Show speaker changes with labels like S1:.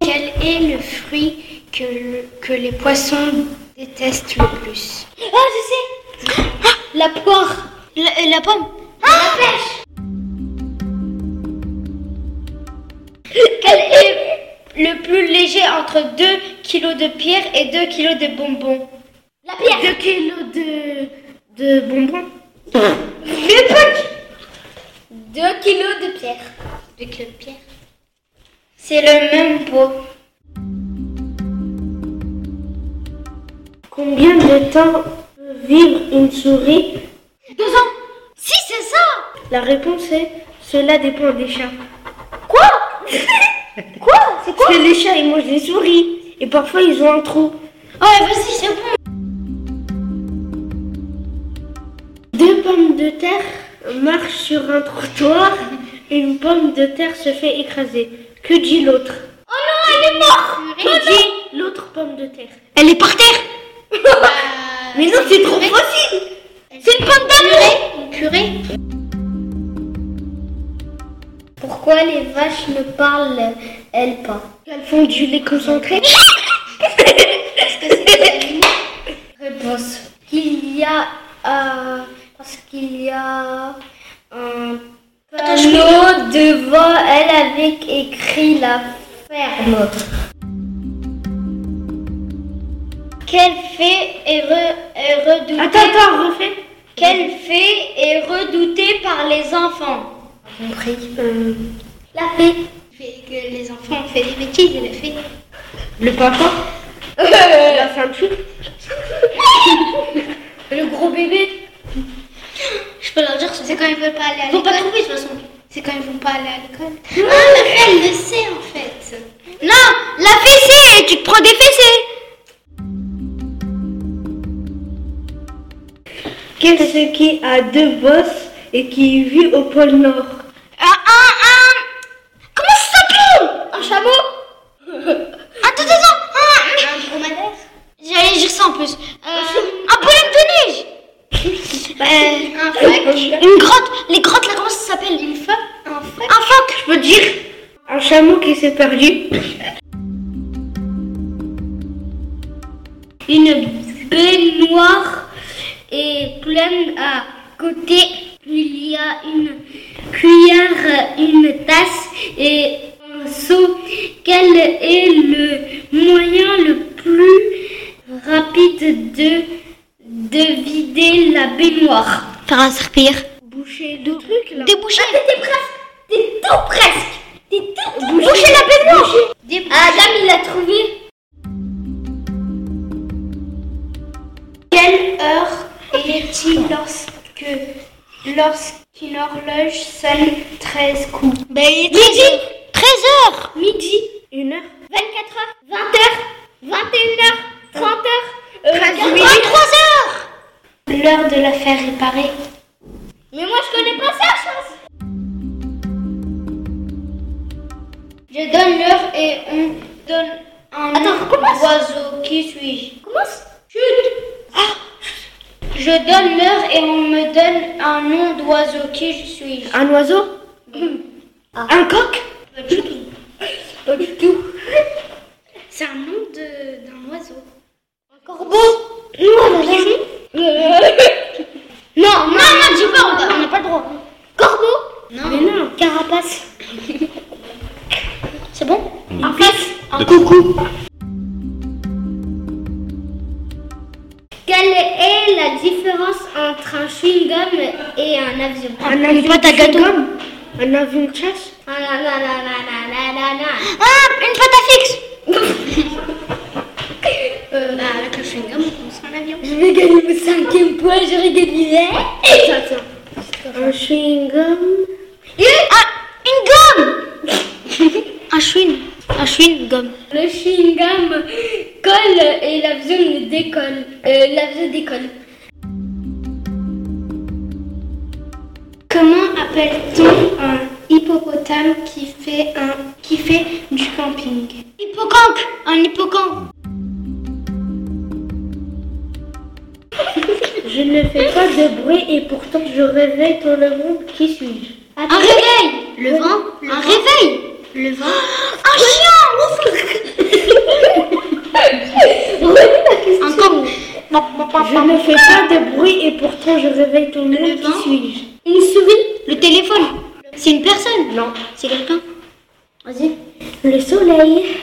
S1: Quel est le fruit que, le- que les poissons détestent le plus
S2: Ah, je sais Ah, La poire La, la pomme Ah, La pêche Quel est le plus léger entre 2 kilos de pierre et 2 kilos de bonbons La pierre 2 kilos de, de bonbons Le puck 2 kilos de pierre. 2 kilos de pierre C'est le même pot.
S1: Combien de temps peut vivre une souris
S2: Deux ans Si, c'est ça
S1: La réponse est cela dépend des chats.
S2: Quoi Quoi C'est
S1: Parce que les chats, ils mangent des souris. Et parfois, ils ont un trou.
S2: Ah, Ouais, vas-y, c'est bon
S1: Deux pommes de terre marchent sur un trottoir. Une pomme de terre se fait écraser. Que dit l'autre
S2: Oh non, elle est morte Oh
S1: Que dit l'autre pomme de terre
S2: Elle est par terre
S1: Mais non, c'est trop facile
S2: C'est une pomme d'amour Purée Pourquoi les vaches ne parlent elles pas
S1: Elles font du lait concentré.
S2: Réponse. Qu'il y a euh, parce qu'il y a un
S1: Attends, je
S2: panneau devant elle avec écrit la ferme. Quel fait est, re- est redouté
S1: Attends, attends, refais.
S2: Quel fait est redouté par les enfants Compris.
S1: Euh,
S2: La fée. Que les enfants ont fait des bêtises et la fée.
S1: le papa
S2: Euh,
S1: La fin de chou.
S2: Le gros bébé. Je peux leur dire, c'est quand ils veulent pas aller à l'école. Ils vont pas trouver, de toute façon. C'est quand ils vont pas aller à l'école. Ah, la fille, elle le sait, en fait. Non, la fille sait, tu te prends des fessées.
S1: Qu'est-ce qui a deux bosses et qui vit au pôle Nord
S2: Euh, Un, un, un... Comment ça s'appelle Un chameau Attends, attends, attends. Un dromadaire J'allais dire ça en plus. Euh, un bonhomme de neige Bah, Un
S1: phoque.
S2: Une grotte. Les grottes, là, comment ça s'appelle Une phoque. Un phoque. Un phoque, je peux dire.
S1: Un chameau qui s'est perdu.
S2: Une baignoire est pleine à côté. Il y a une cuillère, une tasse et un seau. Quel est le moyen le plus rapide de, de vider la baignoire Faire un serpillère.
S1: Boucher de trucs là.
S2: Déboucher. Ah, t'es presque. T'es tout presque. T'es tout. tout Boucher la baignoire. Adam, il l'a trouvé.
S1: Quelle heure est-il lorsque lorsqu'une horloge sonne 13 coups
S2: Midi. 13 heures.
S1: Midi. Une heure
S2: 24h, 20h, 21h, 30h,
S1: 13
S2: 23
S1: minutes.
S2: h
S1: L'heure de la faire réparer.
S2: Mais moi je connais pas ça, je pense. Je donne l'heure et on donne un Attends, oiseau. Qui suis-je Commence. Chut. Je donne l'heure et on me donne un nom d'oiseau. Qui je suis-je
S1: Un oiseau Un coq
S2: Pas du tout. Pas du tout. C'est un nom de- d'un oiseau. Un corbeau Non, non, non, non, dis pas, on a- on n'a pas le droit. Corbeau Non.
S1: Mais non.
S2: Carapace. C'est bon
S3: Une
S2: Un
S3: biche.
S2: face. Un
S3: De-
S2: coucou. Quelle est la différence entre un chewing-gum et un avion
S1: Un avion de chewing-gum Un avion de chasse
S2: Ah, la, la, la, la, la, la, la, la. Ah, une pâte à fixe euh, bah, Avec le chewing-gum, on prend un avion. Je vais gagner mon cinquième point, j'aurais gagné. Attends,
S1: Un chewing-gum
S2: Ah, une gomme Un chewing. Un chewing-gum. Le chewing-gum colle et l'avion décolle. Euh, l'avion décolle.
S1: Comment appelle-t-on un hippopotame qui fait, un, qui fait du camping
S2: Hippocampe Un hippocampe
S1: Je ne fais pas de bruit et pourtant je réveille tout le monde. Qui suis-je
S2: Un réveil Le vent Un réveil Le vent Un chien Je ne fais pas de bruit et pourtant je réveille tout le monde.
S1: Le vent.
S2: Qui suis-je
S1: Une souris Le téléphone C'est une personne
S2: Non.
S1: C'est quelqu'un Vas-y.
S2: Le soleil.